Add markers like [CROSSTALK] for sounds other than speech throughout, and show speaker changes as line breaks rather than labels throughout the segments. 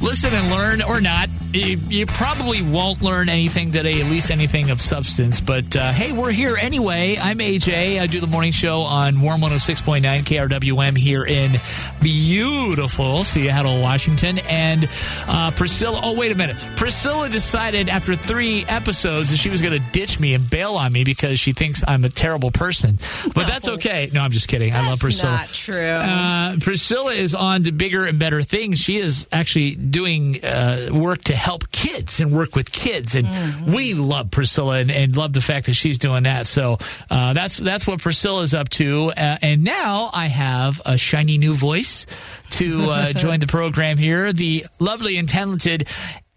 listen and learn or not. You, you probably won't learn anything today, at least anything of substance. But uh, hey, we're here anyway. I'm AJ. I do the morning show on Warm 106.9 KRWM here in beautiful Seattle, Washington. And uh, Priscilla, oh, wait a minute. Priscilla decided after three episodes that she was going to ditch me and bail on me because she thinks I'm a terrible person. But that's okay. No, I'm just kidding. I love
That's
Priscilla.
not true.
Uh, Priscilla is on to bigger and better things. She is actually doing uh, work to help kids and work with kids, and we love Priscilla and, and love the fact that she's doing that. So uh, that's that's what Priscilla's up to. Uh, and now I have a shiny new voice to uh, join the program here. The lovely and talented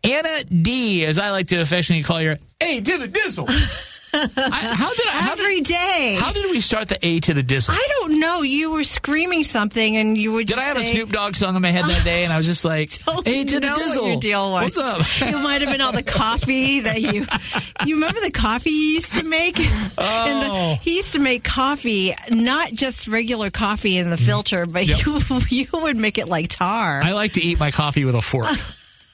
Anna D, as I like to affectionately call her, A to the Dizzle. I, how did I? How did,
Every day.
how did we start the A to the Dizzle?
I don't know. You were screaming something, and you would.
Did I have a
say-
Snoop Dogg song in my head that day? And I was just like,
[LAUGHS] Don't
"Hey, to the
know what
Dizzle,
your deal
what's
was. [LAUGHS]
up?"
It might have been all the coffee
[LAUGHS]
that you. You remember the coffee you used to make? [LAUGHS] Oh. the, he used to make coffee, not just regular coffee in the
Mm-hmm.
filter, but you [LAUGHS] you would make it like tar.
I like to eat my coffee with a
[LAUGHS]
fork.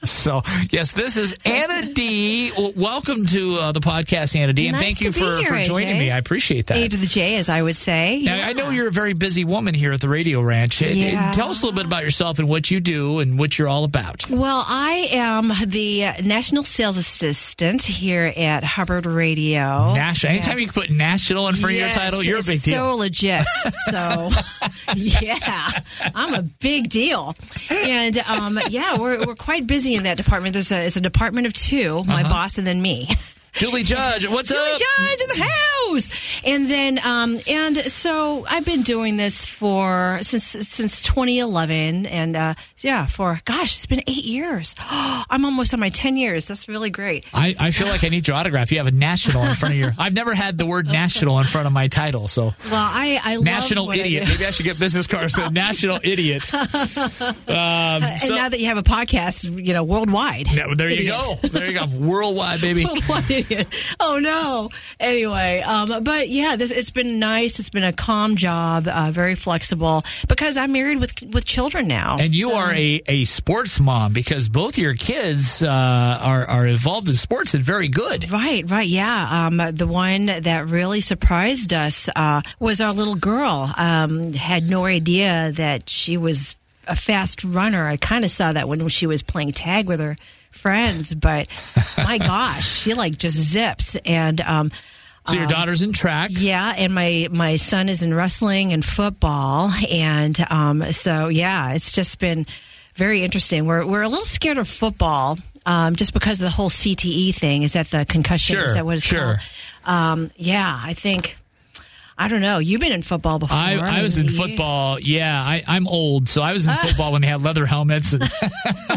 So yes, this is Anna D. W- Welcome to uh, the podcast, Anna D. And
Nice
thank
to
you
be
for,
here,
for joining
AJ.
me. I appreciate
A
that.
to the J, as I would say.
Now, I know you're a very busy woman here at the Radio Ranch. And- and
Yeah.
tell us a little bit about yourself and what you do and what you're all about.
Well, I am the national sales assistant here at Hubbard Radio.
National. Anytime you can put national in front
Yes,
of your title, you're a
it's
big deal. [LAUGHS]
So legit. So, yeah, I'm a big deal. And um, yeah, we're, we're quite busy in that department. There's a, it's a department of 2
Uh-huh.
my boss and then me. [LAUGHS]
Julie Judge, what's
Billy
up?
Judge in the house. And then, um, and so I've been doing this for since since 2011, and uh, yeah, for gosh, it's been eight years. [GASPS] I'm almost on my 10 years. That's really great.
I, I feel like I need your autograph. You have a national in
[LAUGHS]
front of your. I've never had the word national in front of my title, so
Well, I I love
National
what I
idiot.
do.
Maybe I should get business cards. So national
[LAUGHS]
idiot. Um,
And
so-
now that you have a podcast, you know, worldwide.
No, there you
Idiots.
go. There you go. Worldwide,
[LAUGHS]
baby.
What idiot. [LAUGHS] Oh no. Anyway, um, but yeah, this it's been nice. It's been a calm job, uh, very flexible because I'm married with with children now.
And you are a, a sports mom because both your kids uh, are are involved in sports and very good.
Right, right, yeah. Um, the one that really surprised us uh, was our little girl. Um, had no idea that she was a fast runner. I kind of saw that when she was playing tag with her friends, but my gosh, she like just zips. And um,
So your daughter's in track.
yeah, and my my son is in wrestling and football, and um, so yeah, it's just been very interesting. We're we're a little scared of football, um, just because of the whole CTE thing. Is that the concussion?
Sure,
is that what it's
sure.
called? Um, yeah, I think. I don't know. You've been in football before.
I, I was in
and you-
football. Yeah, I, I'm old, so I was
[LAUGHS]
in football when they had leather helmets and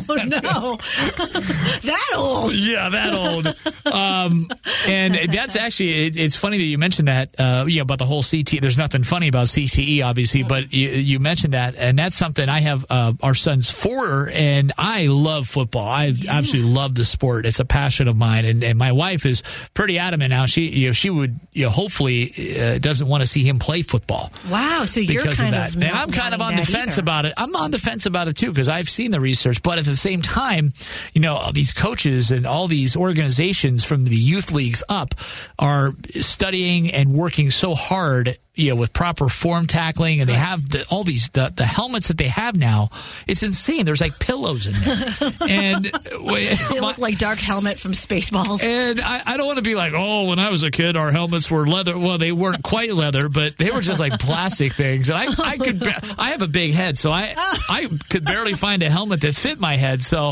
Oh no, [LAUGHS] that old.
Yeah, that old. um, and that's actually, it, it's funny that you mentioned that, uh, you know, about the whole CTE. There's nothing funny about CTE, obviously, but you, you mentioned that. And that's something I have, uh, our son's four, and I love football. I absolutely love the sport. It's a passion of mine. And, and my wife is pretty adamant now. She, you know, she would, you know, hopefully uh, doesn't want to see him play football
Wow. So you're
because of
kind
that.
of.
and
not
I'm kind of
wanting
on the
that
fence
either.
about it. I'm on the fence about it too because I've seen the research, but at the same time, you know, all these coaches and all these organizations from the youth leagues up are studying and working so hard. You know, with proper form tackling, and they have the, all these the, the helmets that they have now. It's insane. There's like pillows in
[LAUGHS]
there, and
They look like dark helmet from Spaceballs.
and I, I don't want to be like, oh, when I was a kid, our helmets were leather. Well, they weren't quite leather, but they were just like plastic things. And I, I could, ba- I have a big head, so I, I could barely find a helmet that fit my head. So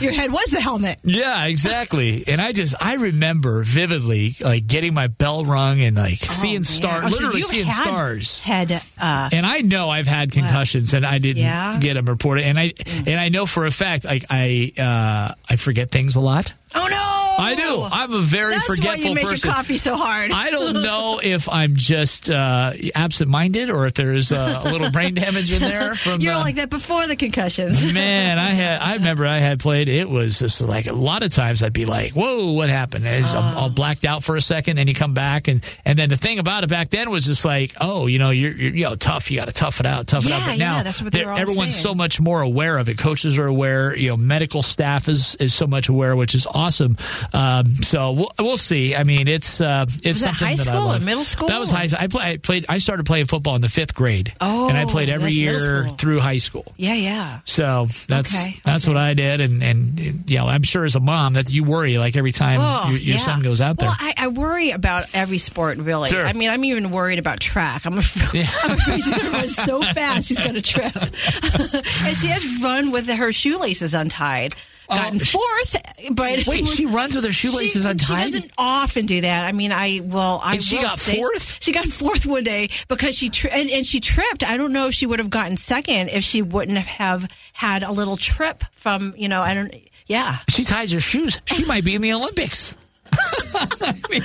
Your head was the helmet.
yeah, exactly. And I just, I remember vividly like getting my bell rung and like
Oh, man.
seeing stars,
Oh, so
literally
you
seeing
had-
stars.
Had uh,
And I know I've had concussions, and I didn't
Yeah.
get them reported. And I and I know for a fact, like I uh, I forget things a lot.
Oh no!
I do. I'm a very
That's
forgetful
why you make
person.
your coffee so hard.
I don't know if I'm just uh, absent-minded or if there's uh, a little brain damage in there from
You're
uh,
like that before the concussions.
Man, I had I remember I had played. It was just like a lot of times I'd be like, "Whoa, what happened?" And it's-
Ah.
I'm all blacked out for a second, and you come back, and and then the thing about it back then was just like, "Oh, you know, you're, you're you know tough. You got to tough it out, tough it out."
Yeah,
But
yeah,
now
that's what they
they're-
were all
everyone's so
saying.
much more aware of it. Coaches are aware. You know, medical staff is is so much aware, which is awesome. Um, so we'll, we'll see. I mean, it's uh, it's
that
something
high
that I
school or
love.
middle school?
That was high. I, play, I played. I started playing football in the fifth grade,
Oh,
and I played every
that's middle
year
school.
through high school.
[LAUGHS] yeah, yeah.
So that's
Okay,
that's what I did, and and you know I'm sure as a mom that you worry like every time
Oh,
your, your
yeah.
son goes out there.
Well, I, I worry about every sport, really.
Sure.
I mean, I'm even worried about track. [LAUGHS] I'm, af- I'm afraid she's going to run so fast she's going to trip. [LAUGHS] and she has run with her shoelaces untied, gotten
Oh, sh-
fourth. But [LAUGHS]
Wait, she runs with her shoelaces
she,
untied.
She doesn't often do that. I mean, I well, I
And she
will
got
say-
fourth?
She got fourth one day because she tri- and, and she tripped. I don't know if she would have gotten second if she wouldn't have had a little trip from you know. I don't. Yeah.
she ties her shoes. She might be in the Olympics. [LAUGHS] I mean,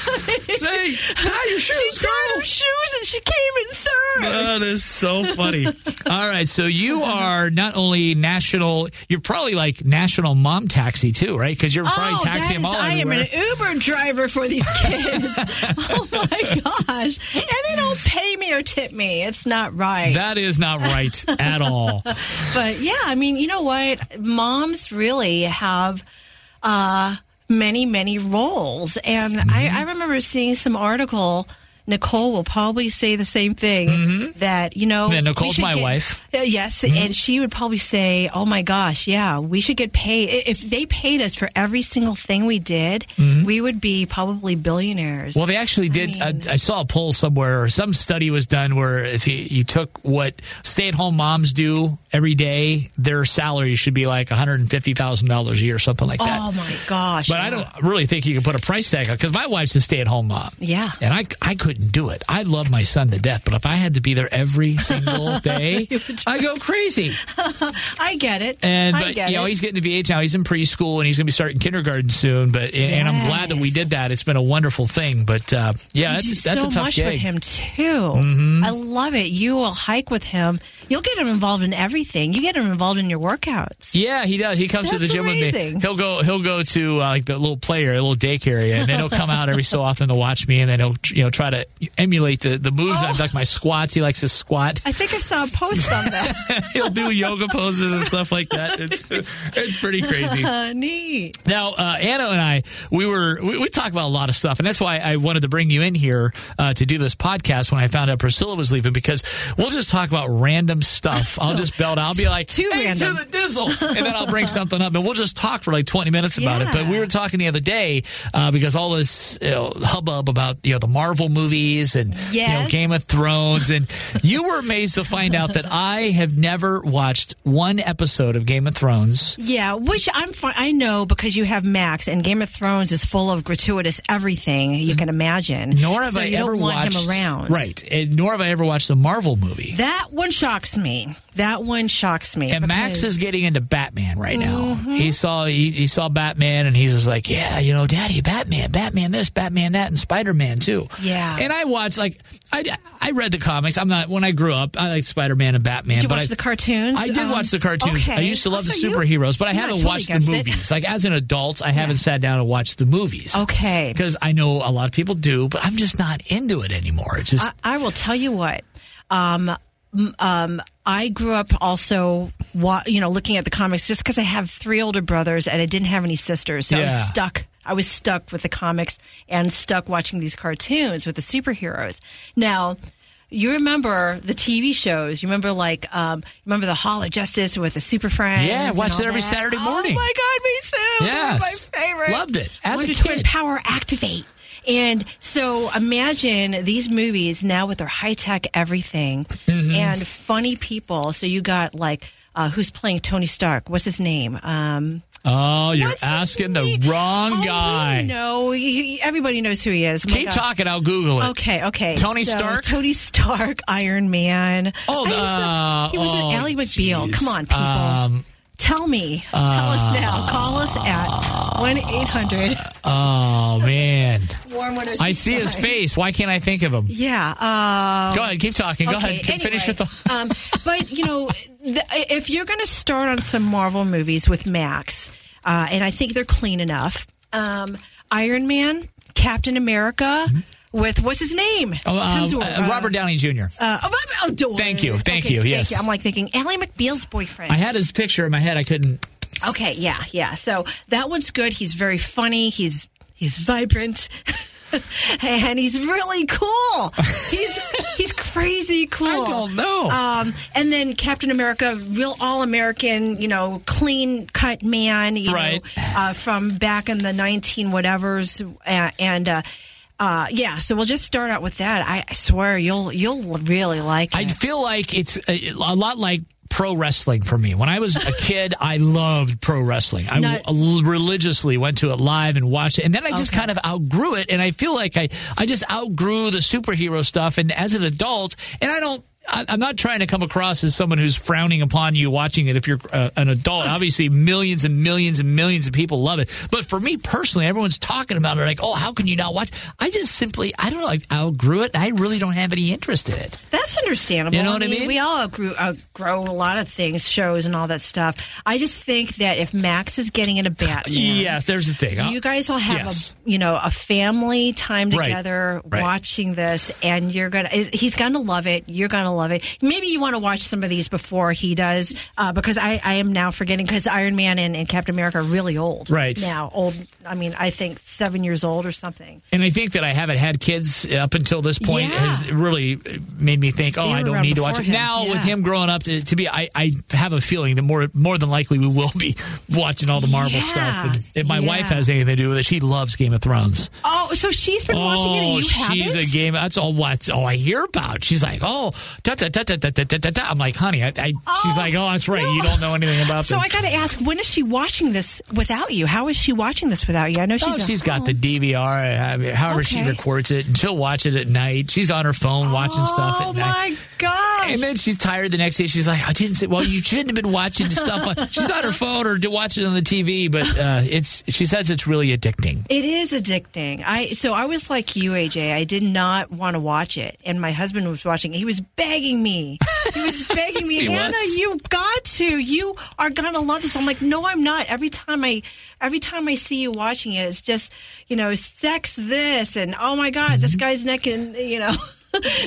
say tie your shoes.
She tried her shoes and she came in third.
[LAUGHS] That is so funny. All right, so you are not only national, you're probably like national mom taxi too, right? Because you're probably
oh, that
taxiing
is,
them all
I am
everywhere.
an Uber driver
[LAUGHS]
for these kids. [LAUGHS] oh my gosh. And they don't pay me or tip me. It's not right.
that is not right at all.
but yeah, I mean, you know what? Moms really have uh, many, many roles. And
Mm-hmm.
I, I remember seeing some article. Nicole will probably say the same thing that, you know.
Mm-hmm. Yeah,
we
Nicole's
should
my wife. Mm-hmm.
Uh, yes. And she would probably say, oh my gosh, yeah, we should get paid. I- If they paid us for every single thing we did, we would be probably billionaires.
Mm-hmm. Well, they actually did. I,
mean-
I, saw a poll somewhere, or some study was done where if you, you took what stay-at-home moms do every day, their salary should be like one hundred and fifty thousand dollars a year, or something like that.
oh my gosh.
But I
yeah.
don't really think you can put a price tag on because my wife's a stay-at-home mom.
Yeah.
and I I couldn't do it. I love my son to death, but if I had to be there
[LAUGHS]
every single day, I go crazy.
I get it.
And
I
but
get
you know
it.
he's getting to the age now. He's in preschool and he's going to be starting kindergarten soon. But and, and I'm glad that we
Yes.
did that. It's been a wonderful thing. But uh, yeah,
You
that's
do
that's
so
a tough
much
gig. Mm-hmm.
with him too. I love it. You will hike with him. You'll get him involved in everything. You get him involved in your workouts.
Yeah, he does. He comes to the
That's
gym with me.
amazing.
He'll go. He'll go to uh, like the little play area, little daycare area, and then he'll come out every so often to watch me, and then he'll you know try to emulate the the moves.
Oh.
I've like my squats. He likes to squat. [LAUGHS]
I think I saw a post on that. [LAUGHS]
he'll do yoga poses and stuff like that. It's it's pretty crazy.
Uh, neat.
Now, uh, Anna and I, we were we, we talk about a lot of stuff, and that's why I wanted to bring you in here uh, to do this podcast when I found out Priscilla was leaving because we'll just talk about random stuff. I'll just belt. I'll be like,
Too
"Hey,
random."
to the dizzle, and then I'll
[LAUGHS]
bring something up, and we'll just talk for like twenty minutes about it.
Yeah.
But we were talking the other day uh, because all this you know, hubbub about you know the Marvel movies and you know,
Yes.
Game of Thrones,
[LAUGHS]
and you were amazed to find out that I have never watched one episode of Game of Thrones.
Yeah, which I'm fine. I know because you have Max, and Game of Thrones is full of gratuitous everything you can imagine.
Nor have
so
I
you
ever
don't want
watched
him around.
Right. And nor have I ever watched a Marvel movie.
That one shocks me. That one shocks me.
and Max
because-
is getting into Batman right now.
Mm-hmm.
He saw he, he saw Batman and he's just like, yeah, you know, Daddy, Batman, Batman, this, Batman, that, and Spider Man too.
Yeah.
And I watched like I, I read the comics. I'm not when I grew up. I liked Spider Man and Batman.
Did you
but
watch
I,
the cartoons?
I did
Um,
watch the cartoons. I
okay.
used to love
Oh,
the
so you-
superheroes, but I
you're not
haven't
totally
watched the
against it.
movies. Like as an adult, I haven't sat down and watched the movies.
[LAUGHS] Okay.
Because I know a lot of people do, but I'm just not into it anymore. It's just
I, I will tell you what. Um, m- um, I grew up also, wa- you know, looking at the comics just because I have three older brothers and I didn't have any sisters, so I
Yeah.
was stuck. I was stuck with the comics and stuck watching these cartoons with the superheroes. Now. You remember the TV shows? You remember like um, you remember the Hall of Justice with the Super Friends?
Yeah, I
and
watched
all
it every
that?
Saturday
Oh
morning.
my god, me too! They were
Yes.
[LAUGHS] my favorite.
Loved it. As a
Wonder Twin
kid.
power activate. And so imagine these movies now with their high tech everything
Mm-hmm.
and funny people. So you got like uh, who's playing Tony Stark? What's his name? Um,
Oh, you're
what's his
asking the
name?
wrong
Oh,
guy.
No, everybody knows who he is. Oh My
Keep
God.
talking. I'll Google it.
Okay, okay.
Tony
So,
Stark?
Tony Stark, Iron Man.
Oh,
I used to-
uh,
he was
oh,
an Ally McBeal.
geez.
Come on, people.
Um,
Tell me. Tell us now. Call us at 1 800
Oh man,
Warm Winter.
I see his face. Why can't I think of him?
Yeah. Uh,
Go ahead, keep talking. Go ahead, Keep- finish with
anyway,
the.
um, but you know, the, if you're going to start on some Marvel movies with Max, uh, and I think they're clean enough. Um, Iron Man, Captain America, with what's his name?
Mm-hmm. Oh, um,
Hemsworth,
uh, Robert Downey Jr.
Uh, oh, Robert, oh, darn.
Thank you, thank you, yes.
I'm like thinking Ally McBeal's boyfriend.
I had his picture in my head. I couldn't.
okay, yeah, yeah. So that one's good. He's very funny. He's he's vibrant. [LAUGHS] and he's really cool.
[LAUGHS]
He's he's crazy cool.
I don't know.
Um, and then Captain America, real all American, you know, clean cut man, you
Right.
know, uh, from back in the 19 whatevers. Uh, and, uh, uh, yeah, so we'll just start out with that. I, I swear you'll you'll really like
I
it.
feel like it's a, a lot like pro wrestling for me. When I was
[LAUGHS]
a kid, I loved pro wrestling. I
Not-
w- religiously went to it live and watched it. And then I just
Okay.
kind of outgrew it. And I feel like I, I just outgrew the superhero stuff. And as an adult, and I don't. I- I'm not trying to come across as someone who's frowning upon you watching it if you're uh, an adult. Obviously, millions and millions and millions of people love it. But for me personally, everyone's talking about it like, oh, how can you not watch? I just simply, I don't know, I outgrew it. I really don't have any interest in it.
That's understandable.
You know what I mean?
We all outgrew, outgrow a lot of things, shows and all that stuff. I just think that if Max is getting in a Batman,
Yes, there's the thing. Uh,
you guys will have
Yes.
a you know a family time
Right.
together
Right.
watching this and you're gonna is- he's gonna love it you're gonna love it maybe you want to watch some of these before he does uh, because I, I am now forgetting because iron man and, and captain america are really old
Right.
now old i mean i think seven years old or something
and I think that I haven't had kids up until this point
Yeah.
has really made me think, oh,
They
I
were
don't
around
need to watch
before
it.
him.
Now with
Yeah.
him growing up, to, to be, I, I have a feeling that more more than likely we will be [LAUGHS] watching all the Marvel
Yeah.
stuff. And if my
Yeah.
wife has anything to do with it, she loves Game of Thrones.
oh so she's been watching it and
oh,
you
she's
haven't
a game. That's all. What's all I hear about? She's like, oh, da da da da da da da da. da. I'm like, honey, I, I she's like, oh, that's right.
no.
You don't know anything about
so
this.
I got to ask, when is she watching this without you? How is she watching this without you? I know she's
oh,
at
she's got
home.
the DVR, uh, I mean, however she
Okay.
records it, and she'll watch it at night. She's on her phone watching stuff
Oh
at night.
my gosh!
And then she's tired the next day. She's like, I didn't say, well, you shouldn't have been watching the stuff. On, she's on her phone or do- watching it on the TV, but uh, it's. she says it's really addicting.
It is addicting. I so I was like you, AJ. I did not want to watch it, and my husband was watching. it. He was begging me. He
[LAUGHS]
was begging me,
He was.
Anna. You got to. You are gonna love this. I'm like, no, I'm not. Every time I, every time I see you watching it, it's just you know, sex this, and oh my god,
Mm-hmm.
this guy's naked. You know. [LAUGHS]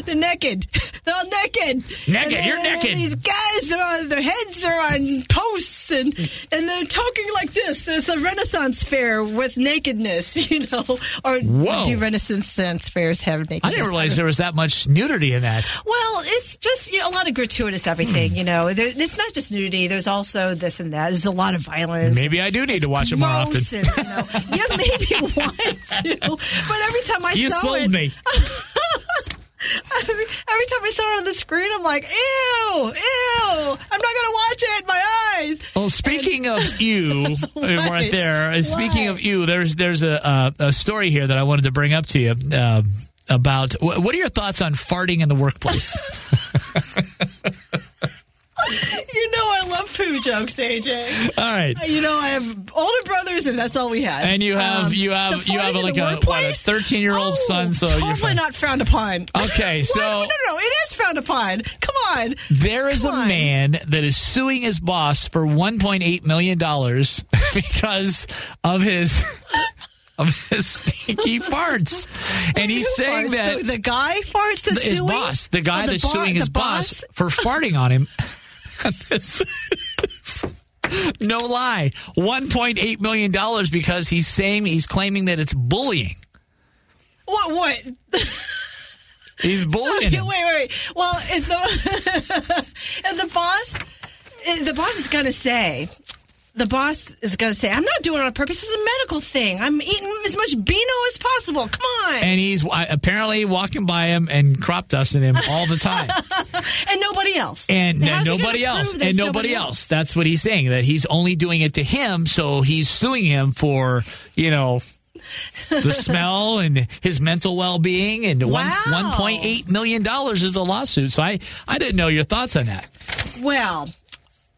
They're naked. [LAUGHS] They're all naked.
Naked,
And
you're
then
naked.
These guys are on, their heads are on posts and and they're talking like this. There's a Renaissance fair with nakedness, [LAUGHS] you know, or
Whoa.
do Renaissance fairs have nakedness?
I didn't realize there was that much nudity in that.
Well, it's just you know a lot of gratuitous everything, you know. There, it's not just nudity. There's also this and that. There's a lot of violence.
Maybe I do need to watch it more often.
Gross and, you know, [LAUGHS] yeah, maybe [LAUGHS] want to, but every time I
You
saw
sold
it,
me.
[LAUGHS] every, every time I saw it on the screen, I'm like, ew, ew, I'm not gonna watch it. My eyes.
Well, speaking of
[LAUGHS]
you, uh, right there. uh, Speaking
What?
of you, there's there's a uh, a story here that I wanted to bring up to you uh, about. Wh- what are your thoughts on farting in the
[LAUGHS]
workplace?
You know I love poo jokes, AJ.
All right.
You know I have older brothers, and that's all we have. Um,
And you have- you have- you have like a- what, a 13-year-old son, so you're
Oh, totally
fine.
not frowned upon.
Okay,
[LAUGHS] What?
so-
no, no, no, it is frowned upon. Come on,
There is
Come
a
on.
man that is suing his boss for 1.8 million dollars [LAUGHS] because of his [LAUGHS] of his stinky
[LAUGHS]
farts, and he's
Who
saying
farts?
that
the, the guy farts the
his
suing?
boss, the guy
Oh,
that's
bar-
suing
the
his boss, for farting on him. This is- no lie, 1.8 million dollars because he's saying he's claiming that it's bullying.
What? What?
He's bullying.
[LAUGHS] Okay,
him.
wait, wait, wait. Well, if the [LAUGHS] if the boss if the boss is going to say the boss is going to say, "I'm not doing it on purpose. It's a medical thing. I'm eating as much Beano as possible. Come on." And,
And he's uh, apparently walking by him and crop dusting him all the time.
nobody else.
and no-
How's he gonna
nobody
prove
else
that
and
it's
nobody else that's what he's saying that he's only doing it to him so he's suing him for you know the
[LAUGHS]
smell and his mental well-being and one,
Wow.
1.8 million dollars is the lawsuit so i i didn't know your thoughts on that
Well,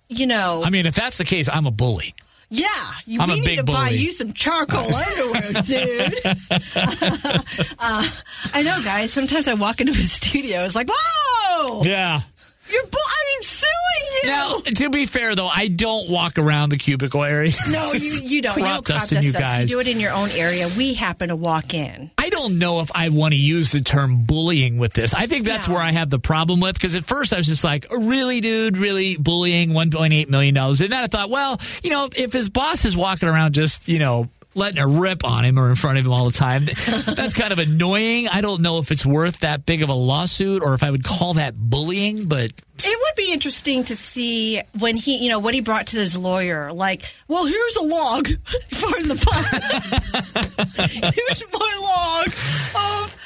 you know,
I mean, if that's the case, I'm a bully.
yeah, you,
I'm
we
a
need
big
to buy
bully.
you
[LAUGHS]
some charcoal underwear, dude. [LAUGHS] Uh, I know, guys. Sometimes I walk into a studio, it's like, whoa,
Yeah.
you're, bu- I'm suing you.
Now, to be fair though, I don't walk around the cubicle area.
No, you, you don't. you
Crop
don't crop
dusting, you
dust us.
guys.
You do it in your own area. We happen to walk in.
I don't know if I want to use the term bullying with this. I think that's
No.
where I have the problem with because at first I was just like, oh, really, dude, really bullying $1.8 million. And then I thought, well, you know, if his boss is walking around just, you know, letting a rip on him or in front of him all the time, that's kind of annoying. I don't know if it's worth that big of a lawsuit or if I would call that bullying, but
It would be interesting to see when he, you know, what he brought to his lawyer. Like, well, here's a log [LAUGHS] for the pot. here's [LAUGHS] my log of,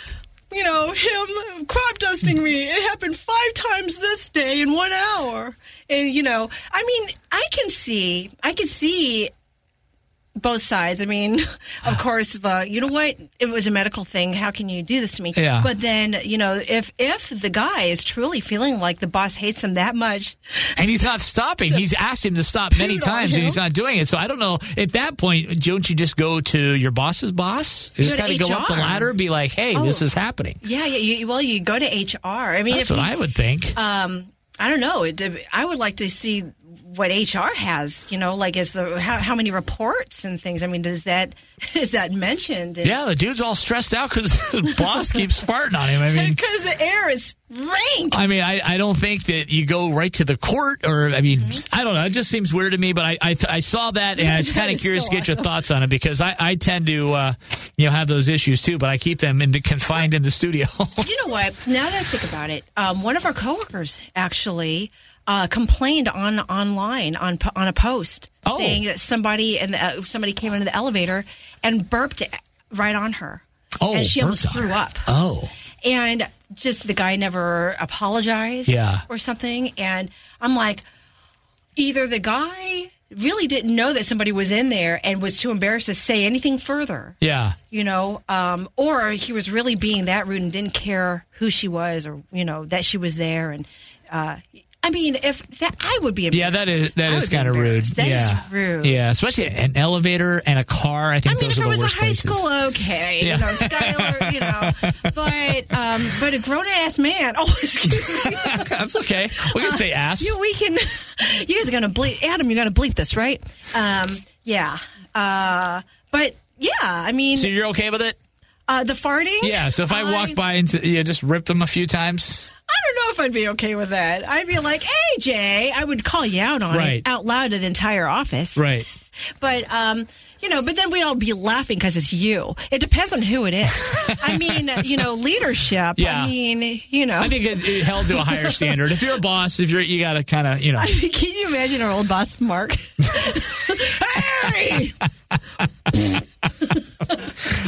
you know, him crop dusting me. It happened five times this day in one hour. And you know, I mean, I can see, I can see both sides. I mean, [LAUGHS] of course, the you know what? It was a medical thing. How can you do this to me?
Yeah.
But then, you know, if if the guy is truly feeling like the boss hates him that much,
And he's not stopping. He's asked him to stop many
Poot on
times,
him.
and he's not doing it. So I don't know. At that point, don't you just go to your boss's boss? You
Go
just
to
kind of go up the
HR.
ladder, and be like, "Hey, this
Oh.
is happening."
yeah, yeah. You, well, you go to HR. I mean,
That's
if
what
he-
I would think.
um, I don't know. It, I would like to see what HR has. You know, like is the how, how many reports and things. I mean, does that [LAUGHS] is that mentioned?
yeah, the dude's all stressed out because [LAUGHS] his boss keeps farting on him. I mean.
Because the air is rank.
I mean, I, I don't think that you go right to the court, or I mean, I don't know. It just seems weird to me, but I I, I saw that and I was
Mm-hmm. [LAUGHS] That
kind of
is
curious
so
to get your thoughts on it because I, I tend to uh, you know have those issues too, but I keep them in the, confined in the studio. [LAUGHS]
You know what? Now that I think about it, um, one of our coworkers actually uh, complained on online on po- on a post
Oh.
saying that somebody and uh, somebody came into the elevator and burped right on her.
Oh,
and she almost
burped on
threw
her.
up.
oh,
And just the guy never apologized
Yeah.
or something. And I'm like, either the guy really didn't know that somebody was in there and was too embarrassed to say anything further
yeah.
you know, um, or he was really being that rude and didn't care who she was or you know that she was there. And uh, I mean, if that I would be embarrassed.
Yeah, that is that
I
is
would be
kind of rude.
embarrassed. That is
yeah.
rude.
Yeah, especially an elevator and a car. I
I
think
mean,
those
if
are
it
the
was a
worst
high
places.
school, okay,
Yeah.
you know, Skylar, you know, but um, but a grown ass man. [LAUGHS] Oh, excuse me.
[LAUGHS] That's okay. We can say ass.
Uh, You, we can. You guys are gonna bleep. Adam, you're gonna bleep this, right? Um, yeah. Uh, but yeah, I mean,
so you're okay with it?
uh, the farting.
Yeah. So if I, walked by and s- you just ripped them a few times,
I don't know if I'd be okay with that. I'd be like, "Hey, Jay," I would call you out on
Right.
it out loud to the entire office.
right?
But um, you know, but then we'd all be laughing because it's you. It depends on who it is.
[LAUGHS]
I mean, you know, leadership.
Yeah.
I mean, you know.
I think it, it held to a
[LAUGHS]
higher standard. If you're a boss, if you're you got to kind of you know.
I mean, [LAUGHS] can you imagine our old
[LAUGHS]
boss, Mark? hey!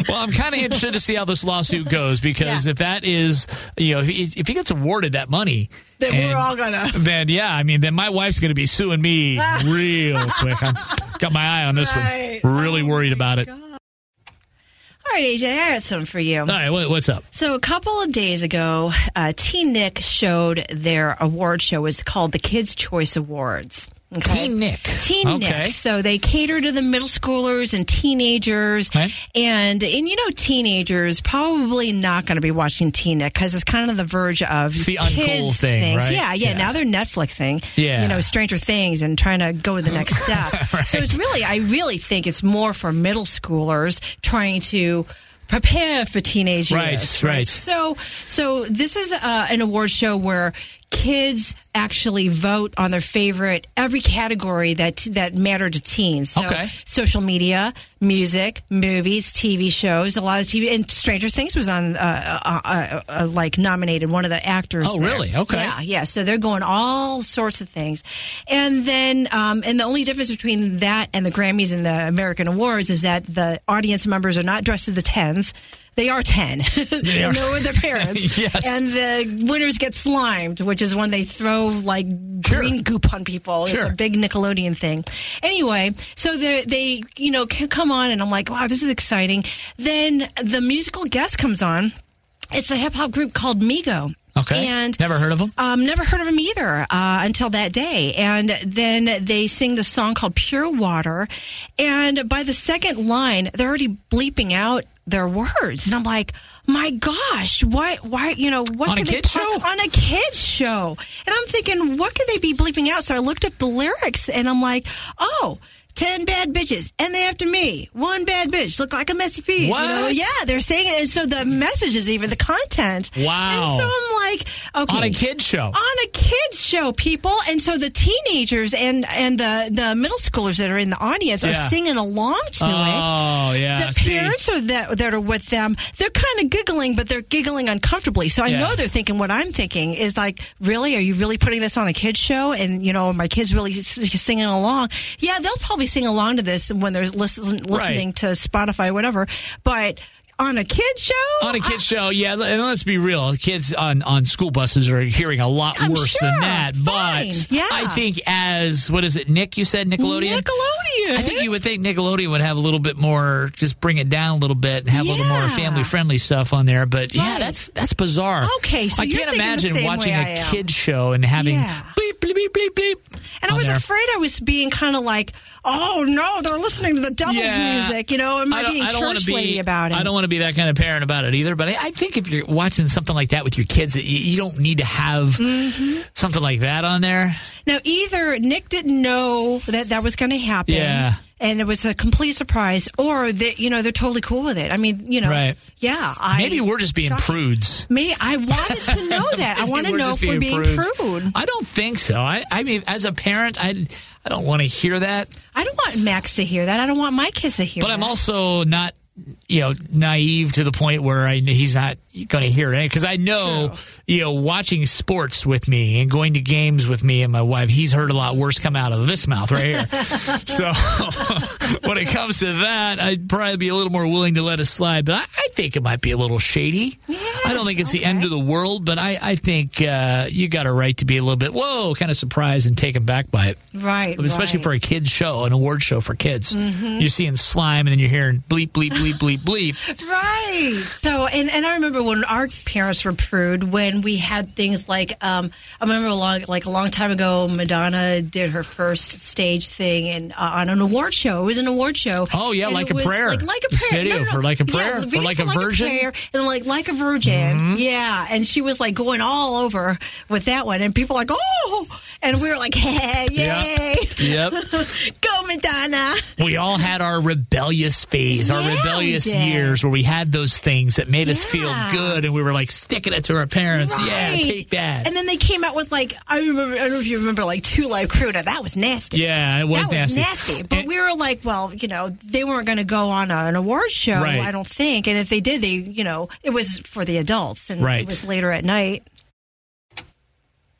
Well, I'm kind of interested to see how this lawsuit goes because
Yeah.
if that is you know if he, if he gets awarded that money,
Then we're
and-
all gonna-
Then yeah, I mean then my wife's gonna be suing
[LAUGHS]
me real quick. I'm, got my eye on this
Right. Oh
one. Really worried about it.
All right, AJ, I got something for you.
All right, what, what's up?
So a couple of days ago, uh, T Nick showed their award show. It's called the Kids Choice Awards. Okay?
Teen Nick.
Teen
Okay.
Nick. So they cater to the middle schoolers and teenagers,
Okay.
and and you know teenagers probably not going to be watching Teen Nick because it's kind of the verge of
the uncool
kids
thing,
things.
right?
Yeah, yeah,
Yeah.
Now they're Netflixing.
Yeah.
you know Stranger Things and trying to go to
[LAUGHS]
the next step. So it's really, I really think it's more for middle schoolers trying to. Prepare for teenage
Right,
years.
right.
So, so this is uh, an award show where kids actually vote on their favorite every category that that matter to teens. So,
Okay.
Social media, music, movies, TV shows, a lot of TV, and Stranger Things was on uh, uh, uh, uh, like nominated one of the actors.
Oh,
there.
really? Okay.
Yeah, yeah. So they're going all sorts of things, and then um, and the only difference between that and the Grammys and the American Awards is that the audience members are not dressed to the tens. They are ten. [LAUGHS]
[LAUGHS] They are.
no, their
[LAUGHS]
parents.
Yes.
And the winners get slimed, which is when they throw like
Sure.
green goop on people.
Sure.
It's a big Nickelodeon thing. Anyway, so they, they, you know, c- come on, and I'm like, wow, this is exciting. Then the musical guest comes on. It's a hip hop group called Migo.
Okay.
And
Never heard of them?
Um, never heard of them either uh, until that day. And then they sing the song called Pure Water. And by the second line, they're already bleeping out their words. And I'm like, my gosh, what, why, you know, what
On a
could they
kid's
talk-
show?
on a kid's show? And I'm thinking, what could they be bleeping out? So I looked up the lyrics and I'm like, oh, 10 bad bitches and they after me. One bad bitch look like a messy piece. You know?
What?
Yeah, they're saying it. And so the message is even the content.
Wow.
And so I'm like, okay
On a kid's show.
on a kids show people and so the teenagers and and the the middle schoolers that are in the audience
Yeah.
are singing along to it
Oh, yeah.
the
see.
parents are that that are with them they're kind of giggling but they're giggling uncomfortably so i
Yeah.
know they're thinking what i'm thinking is like really are you really putting this on a kids show and you know are my kids really s- singing along yeah they'll probably sing along to this when they're listen, listening to spotify whatever but on a kids show
on a kid's show, yeah, and let's be real, kids on, on school buses are hearing a lot
I'm
worse
sure.
than that. But
Fine. Yeah.
I think as what is it, Nick? You said Nickelodeon.
Nickelodeon.
I think you would think Nickelodeon would have a little bit more, just bring it down a little bit and have a little more
Yeah.
family friendly stuff on there. But yeah,
Right.
that's that's bizarre.
Okay, so
I
you're
can't
thinking the
imagine
same
watching
way I
a
am.
kid's show and having
Yeah.
bleep bleep bleep bleep bleep.
And I
on
was
there.
afraid I was being kind of like, oh no, they're listening to the devil's
Yeah.
music. You know, am I,
don't-
being
don't wanna
church
be-
lady about it?
I don't want to be that kind of parent about it either. But I, I think if you're watching something like that with your kids, you, you don't need to have
Mm-hmm.
something like that on there.
now, either Nick didn't know that that was going to happen.
Yeah.
And it was a complete surprise, or that you know they're totally cool with it. I mean, you know,
Right.
yeah. I,
Maybe we're just being
shocking.
prudes.
Me, I wanted
[LAUGHS]
to know that. I
Maybe
want to
we're
know
just
if we're being prude.
I don't think so. I, I mean, as a parent, I, I don't want to hear that.
I don't want Max to hear that. I don't want my kids to hear.
But I'm
that.
also not, you know, naive to the point where I, he's not going to hear it because I know, you know, watching sports with me and going to games with me and my wife, he's heard a lot worse come out of this mouth right here. so [LAUGHS] when it comes to that, I'd probably be a little more willing to let it slide. But I, I think it might be a little shady. I don't think it's the end of the world, but I, I think uh, you got a right to be a little bit whoa, kind of surprised and taken back by it
right,
especially
right. Mm-hmm.
for a kids show, an award show for kids. You're seeing slime, and then you're hearing bleep, bleep, bleep, bleep,
[LAUGHS]
bleep.
Right. So, and, and I remember when our parents were prude when we had things like, um, I remember a long, like a long time ago, Madonna did her first stage thing and uh, on an award show. It was an award show.
Oh, yeah,
And
Like
it
a
was
Prayer.
Like, like a prayer.
Video
No, no, no.
for Like a
Yeah,
Prayer,
the
for
video
Like
for
a Virgin. Mm-hmm.
Prayer and like like a virgin. Yeah. And she was like going all over with that one. And people were like, oh, and we were like, hey, yay. [LAUGHS]
Yep.
Go, Madonna.
We all had our rebellious phase, our
Yeah, we
rebellious
did.
years where we had those things that made us feel
Yeah.
good and we were like sticking it to our parents. Yeah,
Right.
take that.
And then they came out with like I remember I don't know if you remember like two live crew. Now that was nasty.
yeah, it was
that
nasty.
was nasty. But
And-
we were like, well, you know, they weren't going to go on a, an award show.
Right.
I don't think. And if they did, they you know it was for the adults and
Right.
it was later at night.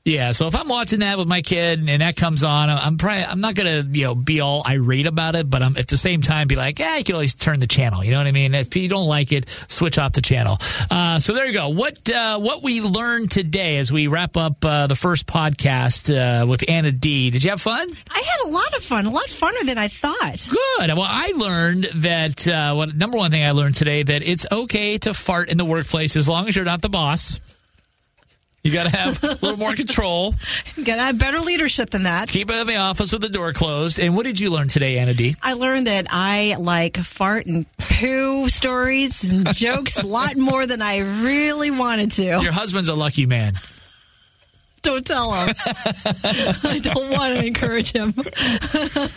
Yeah, so if I'm watching that with my kid and that comes on, I'm- I'm probably I'm not gonna you know be all irate about it, but I'm at the same time be like, yeah, you can always turn the channel. You know what I mean? If you don't like it, switch off the channel. Uh, so there you go. What uh, what we learned today as we wrap up uh, the first podcast uh, with Anna D. Did you have fun?
I had a lot of fun. A lot funner than I thought.
Good. Well, I learned that uh, what number one thing I learned today that it's okay to fart in the workplace as long as you're not the boss. You got to have a little [LAUGHS] more control.
Got to have better leadership than that.
Keep it in the office with the door closed. And what did you learn today, Anna D?
I learned that I like fart and poo stories and jokes a lot more than I really wanted to.
Your husband's a lucky man.
Don't tell [LAUGHS] him. I don't want to encourage him. [LAUGHS]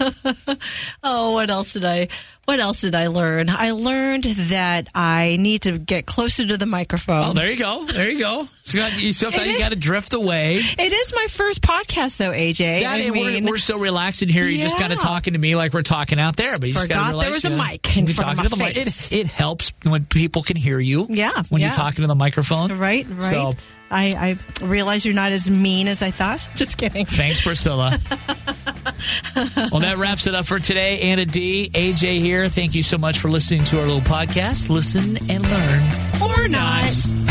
oh, what else did I? What else did I learn? I learned that I need to get closer to the microphone.
Oh, there you go. There you go. So you got- you- Sometimes you got to drift away.
it is my first podcast, though, AJ.
That,
I
and we're-
mean,
we're, still relaxing here. You're just
Yeah.
kind of talking to me like we're talking out there. But you just gotta
Forgot there
realize,
was a
you know,
mic in
you're
front
talking
of my
to the mic.
face.
It, it helps when people can hear you.
Yeah,
When you're
yeah.
talking to the microphone.
right, right.
So
I, I realize you're not as mean as I thought. [LAUGHS] Just kidding.
Thanks,
[LAUGHS]
Priscilla. well, that wraps it up for today. Anna D, AJ here. Thank you so much for listening to our little podcast. Listen and learn.
Or not.
Nice.